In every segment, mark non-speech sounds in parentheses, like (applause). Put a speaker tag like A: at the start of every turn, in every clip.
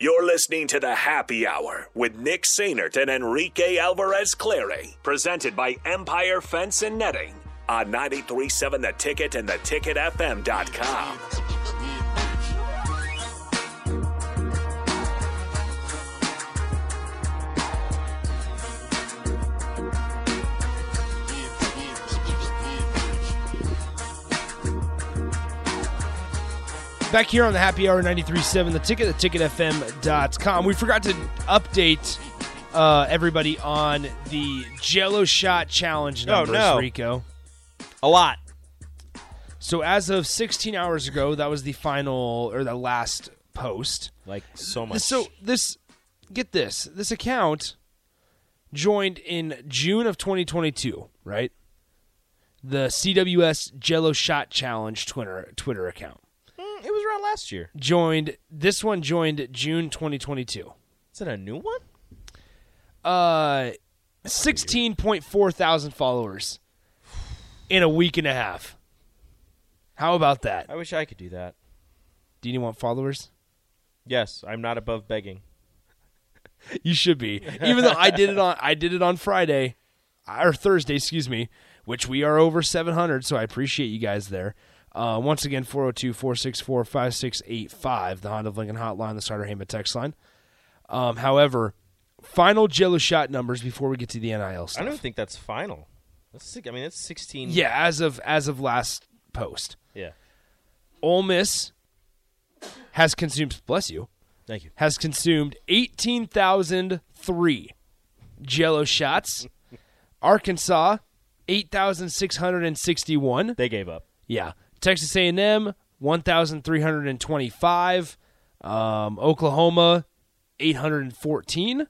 A: You're listening to the Happy Hour with Nick Sainert and Enrique Alvarez Clary, presented by Empire Fence and Netting on 937 The Ticket and theticketfm.com.
B: Back here on the Happy Hour 93.7, the ticket, theticketfm.com. We forgot to update uh, everybody on the Jello Shot Challenge
C: Oh,
B: numbers,
C: no.
B: Rico.
C: A lot.
B: So as of 16 hours ago, that was the final or the last post.
C: Like so much.
B: So this, get this, this account joined in June of 2022, right? The CWS Jello Shot Challenge Twitter Twitter account
C: Mm, it was around last year.
B: joined. This one joined June 2022.
C: Is it a new one?
B: Uh, 16.4 thousand followers in a week and a half. How about that?
C: I wish I could do that.
B: Do you want followers? (laughs)
C: Yes, I'm not above begging.
B: You should be. Even though I did it on I did it on Friday or Thursday, excuse me, which we are over 700, so I appreciate you guys there. Uh, once again, 402-464-5685, the Honda of Lincoln hotline, the starter Heyman text line. Um, however, final jello shot numbers before we get to the NIL
C: I don't
B: stuff.
C: even think that's final. That's si- I mean, that's 16.
B: Yeah, as of as of last post.
C: Yeah.
B: Ole Miss has consumed bless you.
C: Thank you.
B: has consumed 18,003 jello shots. Arkansas 8,661.
C: They gave up.
B: Yeah. Texas A&M 1,325. Um, Oklahoma 814.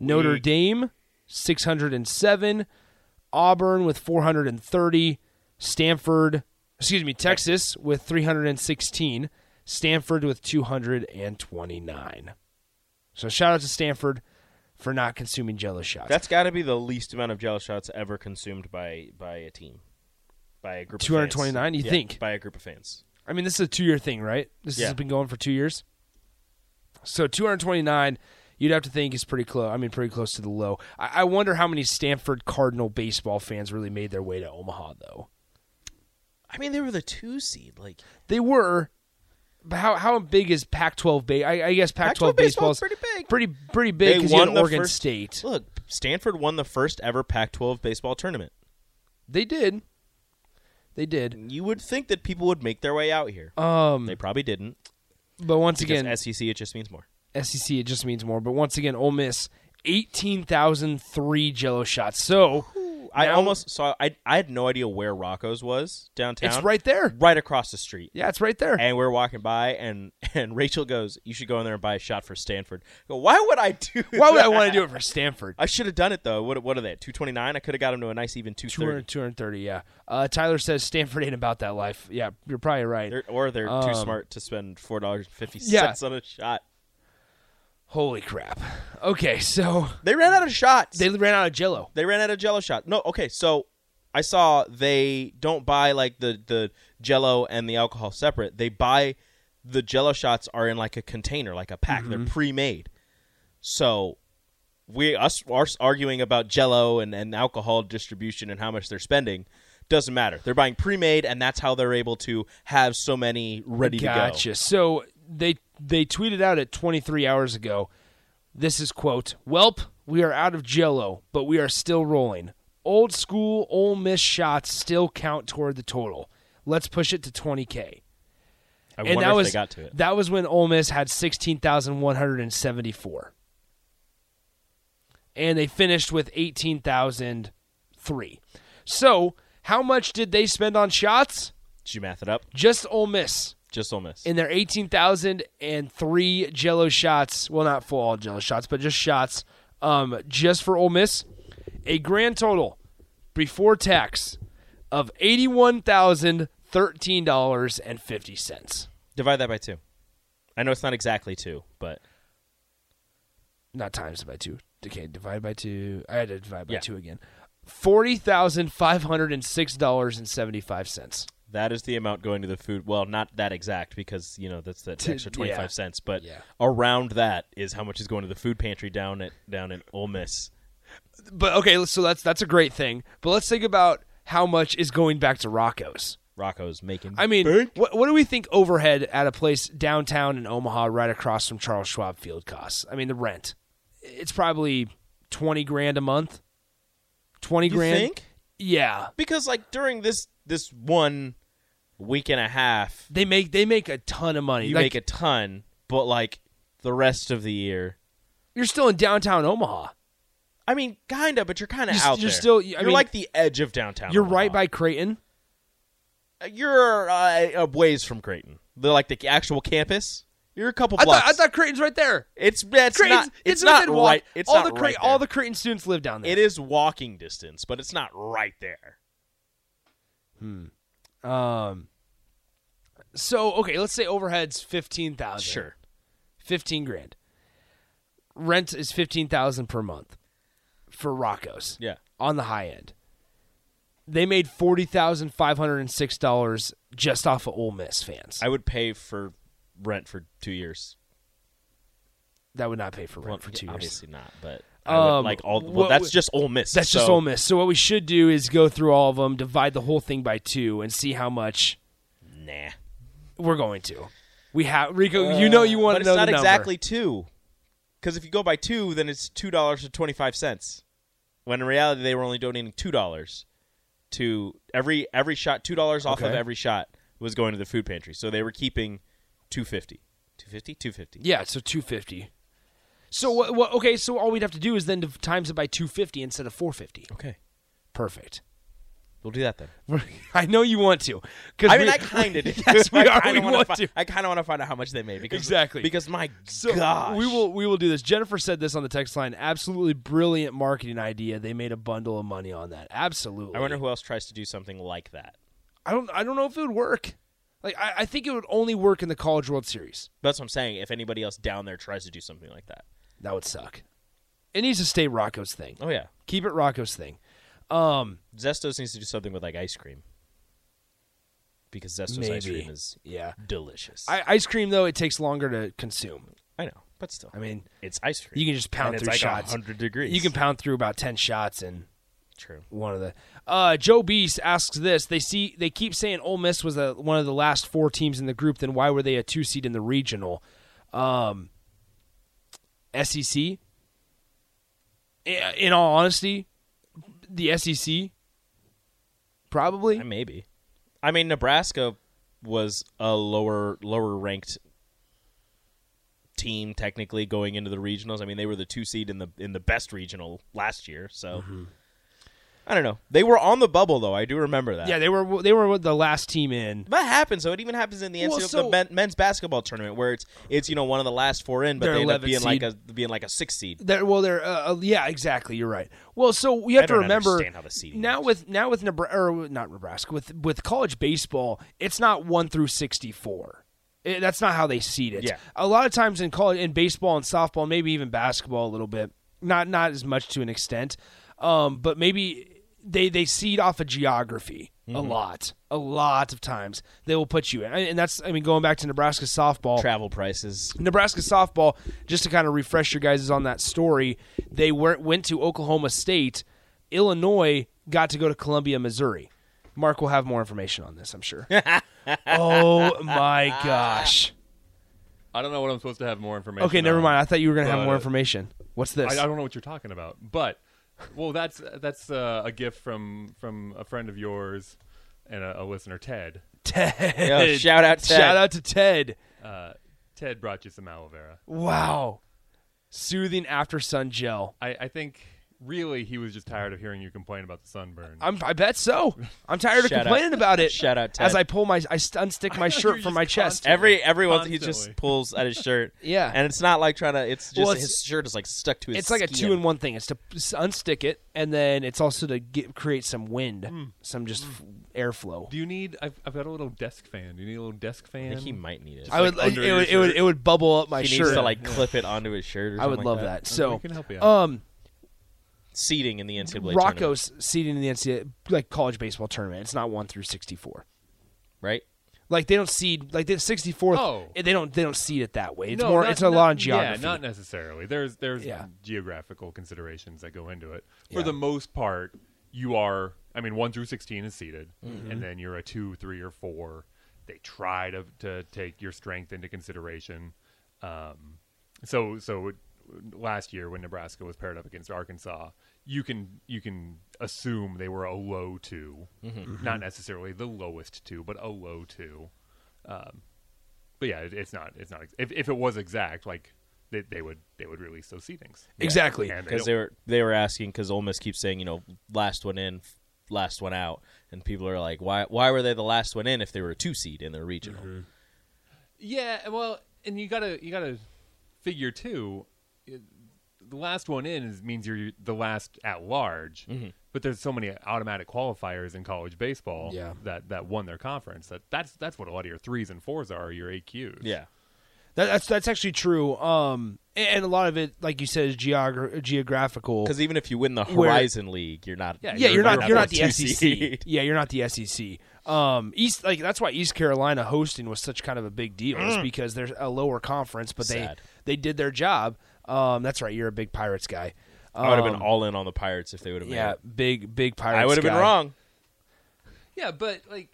B: Notre
C: Weak.
B: Dame 607. Auburn with 430. Stanford, excuse me, Texas with 316. Stanford with 229. So shout out to Stanford for not consuming jello shots.
C: That's got to be the least amount of jello shots ever consumed by by a team, by a group. of fans.
B: 229, you
C: Yeah,
B: think?
C: By a group of fans.
B: I mean, this is a two year thing, right? This
C: Yeah.
B: has been going for two years. So 229, you'd have to think is pretty close. I mean, pretty close to the low. I, I wonder how many Stanford Cardinal baseball fans really made their way to Omaha, though.
C: I mean, they were the two seed. Like
B: They were. But how how big is Pac-12? Ba- I, I guess Pac-12,
C: Pac-12 baseball
B: baseball's
C: is pretty big.
B: Pretty pretty big. 'cause you had Oregon
C: first-
B: State.
C: Look, Stanford won the first ever Pac-12 baseball tournament.
B: They did. They did.
C: You would think that people would make their way out here.
B: Um,
C: they probably didn't.
B: but once
C: Because
B: again,
C: SEC, it just means more.
B: SEC, it just means more. But once again, Ole Miss, eighteen thousand three Jello shots. So
C: I
B: now-
C: almost saw. I I had no idea where Rocco's was downtown.
B: it's right there.
C: right across the street.
B: Yeah, it's right there.
C: And we're walking by, and (laughs) and Rachel goes, "You should go in there and buy a shot for Stanford." I go, why would I do?
B: (laughs) Why would I want to do it for (laughs) Stanford?
C: I should have done it though. What what are they? Two twenty nine. I could have got him to a nice even two
B: 200,
C: thirty.
B: 230, yeah. Uh, Tyler says Stanford ain't about that life. Yeah, you're probably right.
C: Or they're
B: Um,
C: too smart to spend four dollars and fifty
B: Yeah.
C: cents on a shot.
B: Holy crap. Okay, so
C: They ran out of shots.
B: they ran out of Jello.
C: They ran out of Jello shot. No, okay. So I saw they don't buy like the the Jello and the alcohol separate. They buy the Jello shots are in like a container, like a pack. They're
B: Mm-hmm.
C: pre-made. So we us are arguing about Jello and and alcohol distribution and how much they're spending. Doesn't matter. They're buying pre-made, and that's how they're able to have so many ready
B: Gotcha.
C: to
B: So they they tweeted out at 23 hours ago. This is quote, "Welp, we are out of Jello, but we are still rolling. Old school Ole Miss shots still count toward the total. Let's push it to 20k."
C: go. I
B: and
C: wonder
B: that
C: if
B: was
C: they got to it.
B: that was when Ole Miss had sixteen thousand one hundred and seventy four, and they finished with eighteen thousand three. So, how much did they spend on shots?
C: Did you math it up?
B: Just Ole Miss
C: Just Ole Miss.
B: in their eighteen thousand and three Jello shots. Well, not full all Jello shots, but just shots. Um, just for Ole Miss, a grand total before tax of eighty one thousand thirteen dollars and fifty cents.
C: Divide that by two. I know it's not exactly two, but
B: not times by two. Okay, divide by two. I had to divide by
C: Yeah.
B: two again. Forty thousand five hundred and six dollars and seventy five cents.
C: That is the amount going to the food. Well, not that exact because you know that's that
B: T-
C: extra twenty five
B: yeah.
C: cents, but
B: Yeah.
C: around that is how much is going to the food pantry down at down in Ole Miss.
B: But okay, so that's that's a great thing. But let's think about how much is going back to Rocco's.
C: Rocco's making.
B: I mean,
C: bank.
B: what, what do we think overhead at a place downtown in Omaha, right across from Charles Schwab Field, costs? I mean, the rent. It's probably twenty grand a month. Twenty
C: you
B: grand.
C: think
B: Yeah,
C: because like during this this one week and a half,
B: they make they make a ton of money.
C: you
B: Like,
C: make a ton, but like the rest of the year,
B: You're still in downtown Omaha.
C: I mean, kinda, but you're kind of
B: You're s-
C: out
B: you're
C: there.
B: still- I
C: you're
B: mean-
C: like the edge of downtown.
B: You're
C: Omaha.
B: right by Creighton.
C: You're uh, a ways from Creighton. The like the actual campus. You're a couple
B: I
C: blocks.
B: thought, I thought Creighton's right there.
C: it's it's
B: Creighton's,
C: not it's,
B: within
C: not
B: walk.
C: right. It's
B: all
C: not
B: the Cre-
C: right there.
B: all the Creighton students live down there.
C: It is walking distance, but it's not right there.
B: Um. So okay, let's say overhead's fifteen thousand.
C: Sure.
B: fifteen grand. Rent is fifteen thousand per month for Rocco's.
C: Yeah.
B: on the high end. They made forty thousand five hundred and six dollars just off of Ole Miss fans.
C: I would pay for rent for two years.
B: that would not pay for rent
C: Well,
B: for two
C: yeah,
B: years.
C: Obviously not, but I would
B: Um,
C: like all.
B: what
C: Well, that's
B: would-
C: just Ole Miss.
B: That's just
C: so-
B: Ole Miss. So what we should do is go through all of them, divide the whole thing by two, and see how much
C: Nah.
B: we're going to. We have Rico. you know you want
C: but
B: to
C: it's
B: know
C: not
B: the number.
C: exactly two, because if you go by two, then it's two dollars and twenty five cents. When in reality, they were only donating two dollars to every every shot. Two dollars off of
B: Okay.
C: every shot was going to the food pantry, so they were keeping two fifty. 250 250
B: Yeah, so 250. So what, what okay, so all we'd have to do is then div- times it by 250 instead of 450.
C: okay
B: Perfect. (laughs)
C: we'll do that then
B: I know you want to. Cuz
C: i mean i kind of
B: (laughs) Yes, we are. We want to.
C: i kind of want to find out how much they made because
B: Exactly.
C: because my
B: So
C: gosh
B: we will we will do this. Jennifer said this on the text line. Absolutely brilliant marketing idea. They made a bundle of money on that. Absolutely.
C: i wonder who else tries to do something like that
B: I don't I don't know if it would work. Like I, I think it would only work in the College World Series.
C: that's what i'm saying if anybody else down there tries to do something like that
B: That would suck. It needs to stay Rocco's thing.
C: oh yeah
B: Keep it Rocco's thing. Um
C: Zestos needs to do something with like ice cream because Zestos ice
B: Maybe.
C: cream is
B: yeah.
C: delicious.
B: I, ice cream though it takes longer to consume.
C: I know, but still,
B: I mean,
C: it's ice cream.
B: you can just pound
C: and
B: through
C: it's like
B: shots.
C: Hundred degrees.
B: You can pound through about ten shots in
C: true.
B: one of the. Uh, Joe Beast asks this: They see they keep saying Ole Miss was a, one of the last four teams in the group. Then why were they a two seed in the regional? Um, SEC. I- In all honesty, the SEC. Probably.
C: Uh, Maybe. I mean, Nebraska was a lower lower ranked team technically going into the regionals. I mean, they were the two seed in the in the best regional last year. So
B: Mm-hmm.
C: I don't know. They were on the bubble though. I do remember that.
B: yeah, they were they were the last team in.
C: That happens, though. It even happens in the NCAA
B: Well,
C: the
B: so-
C: men, men's basketball tournament, where it's it's you know one of the last four in, but
B: They're
C: they end up
B: 11th
C: being like a
B: seed.
C: being like a six seed.
B: They're, well, they're uh, uh, yeah, exactly. You're right. Well, so we have
C: I
B: to
C: don't
B: remember
C: understand how the seeding
B: now with now with Nebraska or not Nebraska with with college baseball, it's not one through sixty four. That's not how they seed it.
C: Yeah.
B: A lot of times in college, in baseball and softball, maybe even basketball a little bit, not not as much to an extent, um, but maybe they they seed off of geography a
C: Mm-hmm.
B: lot, a lot of times they will put you in, and that's I mean going back to Nebraska softball,
C: Travel prices.
B: Nebraska softball, just to kind of refresh your guys on that story, they were, went to Oklahoma State. Illinois got to go to Columbia, Missouri. Mark will have more information on this, I'm sure.
C: (laughs)
B: oh my gosh.
D: I don't know what I'm supposed to have more information.
B: Okay, never
D: on.
B: mind. I thought you were going to have
D: But,
B: more
D: uh,
B: information. What's
D: I,
B: this?
D: I don't know what you're talking about, but well, that's that's uh, a gift from from a friend of yours and a, a listener, Ted.
B: Ted.
C: Yo, shout out Ted.
B: Shout out to Ted.
D: Uh, Ted brought you some aloe vera.
B: Wow. Soothing after sun gel.
D: I, I think really he was just tired of hearing you complain about the sunburn.
B: I'm, I bet so. I'm tired of
C: Shout out-
B: complaining about it.
C: shout out
B: As
C: Ted.
B: I pull my, I st- unstick
C: (laughs)
B: my shirt
D: You're
B: from
D: just
B: my chest.
D: constant-
C: Every every once he just
D: Constantly.
C: pulls at his shirt.
B: (laughs) Yeah.
C: and it's not like trying to. It's just
B: Well, it's-
C: his shirt is like stuck to his.
B: it's like a
C: skin.
B: two in one thing. It's to s- unstick it, and then it's also to get, create some wind, some just f- airflow.
D: Mm. Do you need? I've, I've got a little desk fan. Do you need a little desk
C: I
D: fan?
C: think he might need it.
B: I would,
D: like, under
B: it
D: your
B: would, it would,
D: shirt.
B: it would bubble up my
C: he
B: shirt.
C: needs to like clip it onto his shirt. Or
B: I would
C: something
B: love
C: like
B: that.
D: Uh,
B: So,
D: we can help you out.
B: um,
C: Seating in the NCAA tournament.
B: Rocco's seeding in the NCAA like college baseball tournament. It's not one through sixty four.
C: right?
B: Like they don't seed like the 64th.
D: Oh.
B: They don't they don't seed it that way. It's
D: No,
B: more
D: not-
B: it's a lot
D: not-
B: on geography.
D: Yeah, not necessarily. There's there's
B: Yeah.
D: geographical considerations that go into it. For
B: Yeah.
D: the most part, you are. I mean, one through sixteen is seeded,
B: Mm-hmm.
D: and then you're a two, three, or four. They try to to take your strength into consideration. Um, so so it, last year when Nebraska was paired up against Arkansas, you can you can assume they were a low 2 not necessarily the lowest two, but a low two. Um, But yeah, it, it's not. It's not. ex- If, if it was exact, like they, they would, they would release those seedings.
B: Exactly.
D: And
C: Because
D: they
C: they
D: don't-
C: were they were asking because Ole Miss keeps saying you know last one in, f- last one out, and people are like, why why were they the last one in if they were a two seed in their regional?
D: yeah. Well, and you gotta you gotta figure too. it- The last one in is, means you're the last at large. But there's so many automatic qualifiers in college baseball
B: Yeah.
D: that that won their conference. That that's that's what a lot of your threes and fours are. Your AQs.
C: Yeah,
B: That, that's that's actually true. Um, and, and a lot of it, like you said, is geogra- geographical.
C: because even if you win the
B: Where-
C: Horizon League, you're not.
D: Yeah,
B: yeah, you're, not you're not
C: a
B: the E
C: two
B: SEC.
C: seed.
B: Yeah, you're not the SEC. Um, East like that's why East Carolina hosting was such kind of a big deal is because they're a lower conference, but
C: Mm. Sad.
B: they they did their job. Um, that's right. You're a big Pirates guy.
C: (laughs) I would have
B: Um,
C: been all in on the Pirates if they would have.
B: yeah,
C: made it.
B: big big Pirates.
C: I would have been
B: guy.
C: wrong.
D: Yeah, but like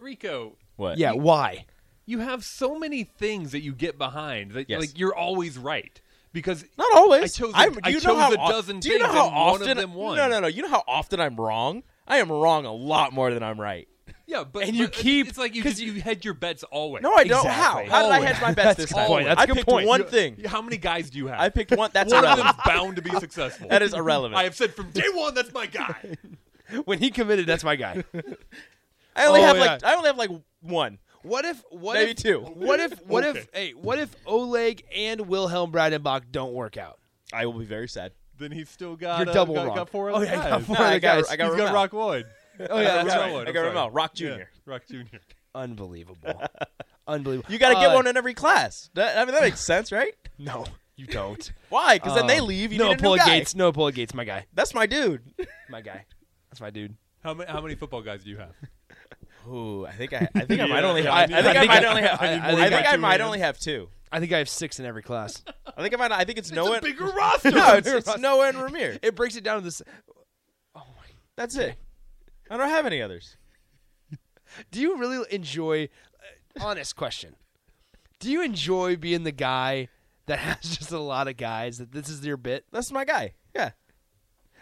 D: Rico,
C: What? (laughs)
B: Yeah, why?
D: you have so many things that you get behind that
C: Yes.
D: like you're always right because
C: Not always.
D: I chose a-
C: I'm-
D: I
C: you know
D: chose
C: how
D: a
C: of-
D: dozen
C: Do you know
D: things
C: how
D: and one of
C: often?
D: them won.
C: No, no, no. You know how often I'm wrong. I am wrong a lot more than I'm right.
D: yeah, but
B: And you
D: but
B: keep-
D: it's like you
B: 'cause
D: just, you hedge your bets always.
C: No, I don't.
B: Exactly.
C: How? How did I
B: Always.
C: hedge my bets
B: That's
C: this
B: a good
C: time?
B: point. That's a
C: I
B: good
C: picked
B: point.
C: one
D: You-
C: thing.
D: How many guys do you have?
C: I picked one. That's
D: one of
C: irrelevant.
D: them's bound to be successful.
C: That is irrelevant.
D: I (laughs) have said from day one that's
B: (laughs)
D: my guy.
B: When he committed, that's my guy.
C: I only
B: Oh,
C: have
B: yeah.
C: like I only have like one.
B: (laughs) What if what
C: Maybe
B: if,
C: two.
B: What if what
C: (laughs)
B: if hey, what if Oleg and Wilhelm Breidenbach don't work out?
C: I will be very sad.
D: then he's still got
B: You're
D: uh,
B: double
D: got,
B: wrong.
D: got four
B: oh
D: other
B: yeah, I got
D: guys.
B: four
C: No,
B: other
C: I got-
B: guys.
C: I got
D: He's got
C: Ramel.
D: Rock Lloyd.
B: oh
D: (laughs)
B: yeah, that's
C: got-
B: right.
D: Lloyd,
C: I
D: I'm
C: got
D: sorry.
C: Ramel. Rock
D: Yeah,
C: Jr..
D: Rock Junior.
C: (laughs)
B: Unbelievable. Unbelievable.
C: You got to
B: Uh,
C: get one in every class. That, I mean, that makes sense, right?
B: No, you don't.
C: Why? Because then they
B: Um,
C: leave. You
B: no,
C: need a new
B: Paula
C: guy.
B: Gates. No, Paula Gates. My guy.
C: That's my dude.
B: My guy. That's my dude.
D: How many how many football guys do you have?
C: (laughs) Ooh, I think I, I think I might
D: Yeah,
C: only
D: yeah,
C: have.
D: I
C: I,
D: need-
C: I think
B: I
C: I,
B: need-
C: might only have.
B: I-
C: I,
B: I need
C: think
D: more
C: I
D: two
C: might
D: in.
C: only have two.
B: I think I have six in every class.
C: I think I might. I think it's,
D: it's
C: Noah.
D: a bigger roster.
C: no, it's, it's (laughs) Noah and (laughs) Ramir.
B: It breaks it down to this.
C: That's it. I don't have any others.
B: Do you really enjoy? uh, honest question. Do you enjoy being the guy that (laughs) has just a lot of guys? That this is your bit.
C: That's my guy. Yeah,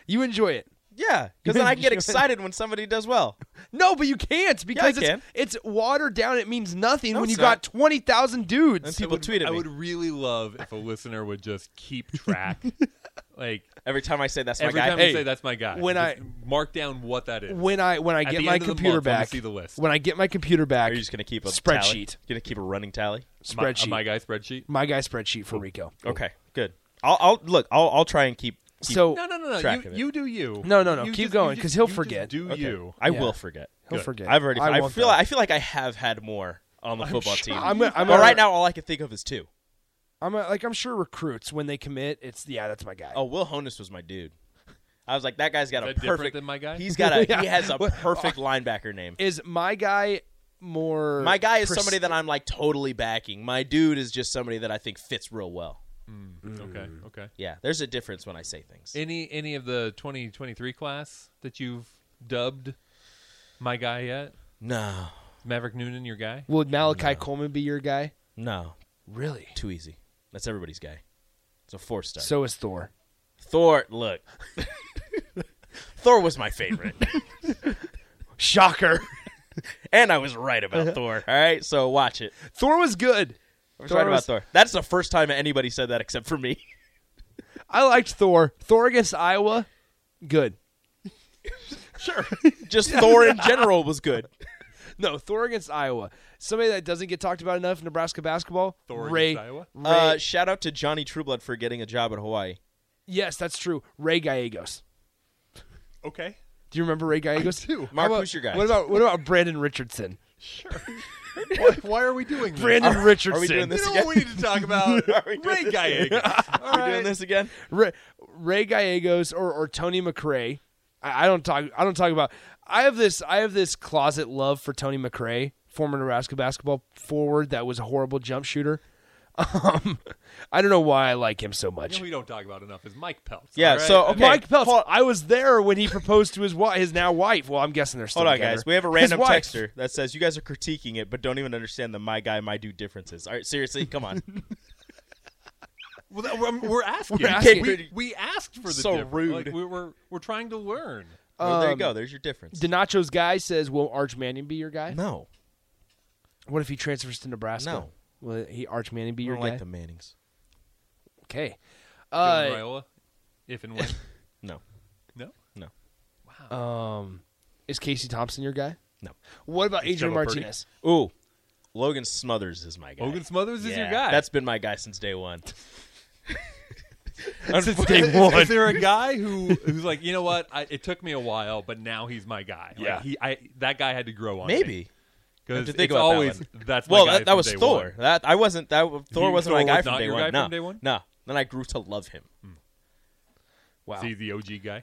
B: You enjoy it.
C: yeah. Because (laughs) then I get excited when somebody does (laughs) well.
B: No, but you can't because
C: can.
B: it's it's watered down. It means nothing
C: No,
B: when you
C: it's
B: got
C: not.
B: twenty thousand
C: And
B: dudes.
C: people tweet at
D: I
C: me
D: would really love if a listener would just keep track,
B: (laughs)
D: like
C: every time I say that's my
D: Every
C: guy.
D: time
B: Hey,
D: you say that's my guy,
B: when
D: just
B: I-
D: mark down what that is.
B: When I when I
D: At
B: get
D: the
B: my
D: end of the
B: computer
D: month, I wanna
B: back,
D: see the list.
B: when I get my computer back,
C: Are you just gonna keep a Tally?
B: spreadsheet
C: Gonna keep a running tally.
D: my,
B: spreadsheet
D: my guy spreadsheet.
B: my guy spreadsheet for Rico.
C: Okay, good. I'll, I'll look. I'll, I'll try and keep. keep
B: So
D: No, no, no, no.
C: Track
D: You,
C: of it.
D: you do you.
B: No, no, no,
D: You
B: keep
D: just- you
B: going,
D: just-
B: 'cause he'll
D: you just
B: forget.
D: do
C: okay.
D: you?
C: I
B: Yeah.
C: will forget.
B: he'll
D: Good.
B: forget.
C: I've already. I,
B: won't,
C: feel.
B: though.
C: Like, I feel like I have had more on the football team.
B: I'm gonna- I'm
C: but
B: gonna-
C: right now, all I can think of is two.
B: I'm uh, like I'm sure recruits when they commit, it's yeah, that's my guy.
C: Oh, Will Honus was my dude. I was like, that guy's got
D: Is
C: a
D: that different
C: perfect.
D: than my guy?
C: He's
B: (laughs)
C: got a.
B: Yeah.
C: He has a
B: Well,
C: perfect
B: (laughs)
C: linebacker name.
B: Is my guy more?
C: My guy is
B: pers-
C: somebody that I'm like totally backing. My dude is just somebody that I think fits real well.
B: Mm.
D: Okay, okay.
C: Yeah, there's a difference when I say things.
D: Any any of the 2023 class that you've dubbed my guy yet?
C: no,
D: Is Maverick Noonan, your guy?
B: Would Malachi Coleman be your guy?
C: no,
B: Really?
C: too easy. That's everybody's guy. It's a four star.
B: So is Thor.
C: Thor, look. (laughs) Thor was my favorite.
B: Shocker. (laughs)
C: and I was right
D: (laughs)
C: about Thor. All right, so watch it.
B: Thor was good.
C: I was
B: Thor
C: right
B: was-
C: about Thor. That's the first time anybody said that except for me. (laughs)
B: I liked Thor. Thor against Iowa, good.
C: Just Thor in general was
D: (laughs)
C: good.
B: No, Thor against Iowa. Somebody that doesn't get talked about enough. in Nebraska basketball.
D: Thor
B: Ray.
D: against Iowa?
B: Ray-
C: Uh, shout out to Johnny Trueblood for getting a job at Hawaii.
B: yes, that's true. Ray Gallegos.
D: Okay.
B: Do you remember Ray Gallegos? too.
C: Mark, who's your guy?
B: What about what about Brandon Richardson?
C: (laughs)
D: Why, why are we doing this?
B: Brandon Richardson.
C: Are we doing
D: you
C: this
D: know
C: again?
D: what we need to talk about?
C: (laughs) Are we doing
D: Ray
C: this
D: Gallegos.
C: (laughs) Are we doing this again?
B: Ray, Ray Gallegos or, or Tony McRae. I, I don't talk. I don't talk about. I have this I have this closet love for Tony McRae, former Nebraska basketball forward that was a horrible jump shooter. (laughs) Um, I don't know why I like him so
D: You
B: much.
D: know we don't talk about enough is Mike Peltz.
C: Yeah,
D: all right?
C: so,
D: I mean,
C: okay.
B: Mike Peltz,
C: Paul-
B: I was there when he proposed to his wife, his now wife. Well, I'm guessing they're still
C: Hold on,
B: together.
C: guys. We have a
B: His
C: random
B: wife.
C: texter that says you guys are critiquing it, but don't even understand the my guy, my dude differences. All right, seriously, come
D: (laughs)
C: on.
D: well, that- we're, we're asking.
B: We're asking.
D: We, we asked for the
C: So
D: difference.
C: rude.
D: Like, we were we're trying to learn.
C: Well,
D: Um,
C: there you go. There's your difference.
B: Denacho's guy says, "Will Arch Manning be your guy?
C: no,
B: What if he transfers to Nebraska?
C: No.
B: Will he Arch Manning be
C: you
B: your
C: don't
B: guy?
C: like the Mannings.
B: Okay.
D: Dylan
B: Uh,
D: Raiola,
C: (laughs)
D: if and when.
C: No,
D: no.
C: no,
B: um, is Casey Thompson your guy?
C: no.
B: What about Adrian
D: Trevor Purdy.
B: Martinez?
C: Ooh, Logan Smothers is my guy.
D: Hogan Smothers is your
C: Yeah,
D: guy.
C: That's been my guy since day one.
D: Since
B: day
D: is,
B: one.
D: Is
C: (laughs)
D: there a guy who who's like, you know what? I, it took me a while, but now he's my guy.
B: Yeah.
D: Like he, I that guy had to grow on.
C: Maybe. I have
D: because
C: to
D: it's
C: think about that
D: always
C: one.
D: that's my
C: well,
D: guy
C: that, that
D: from
C: was
D: day
C: Thor.
D: one.
C: That I wasn't. That Thor wasn't
D: Thor
C: my guy,
D: was
C: from
D: not
C: day,
D: your
C: one.
D: guy
C: no.
D: from day one?
C: No. Then I grew to love him.
B: Wow.
D: Is he the OG guy?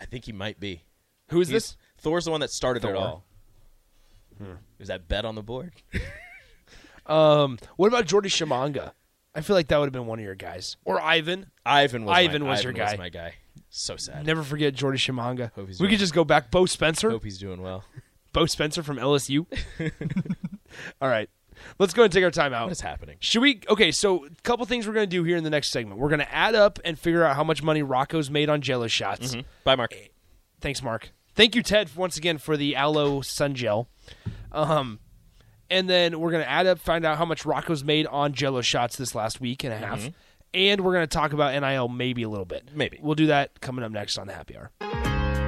C: I think he might be.
B: Who is
C: He's-
B: this?
C: Thor's the one that started
B: Thor.
C: it all.
D: Hmm.
C: Is that bet on the board?
B: Um, what about Jordy Shimanga? I feel like that would have been one of your guys. Or Ivan.
C: Ivan was my-
B: Ivan was your guy.
C: my guy. So sad.
B: Never forget Jordy Shimanga.
C: Hope he's
B: We could
C: doing-
B: just go back. Bo Spencer.
C: Hope he's doing well.
B: Bo Spencer from
C: (laughs)
B: LSU. (laughs) All right. Let's go and take our time out.
C: What is happening?
B: Should we? Okay, so a couple things we're going to do here in the next segment. We're going to add up and figure out how much money Rocco's made on Jello shots.
C: Bye, Mark.
B: Thanks, Mark. Thank you, Ted, once again for the aloe sun gel. Um, and then we're gonna add up, find out how much Rocco's made on Jello shots this last week and a half, and we're gonna talk about NIL maybe a little bit.
C: Maybe.
B: we'll do that coming up next on the Happy Hour.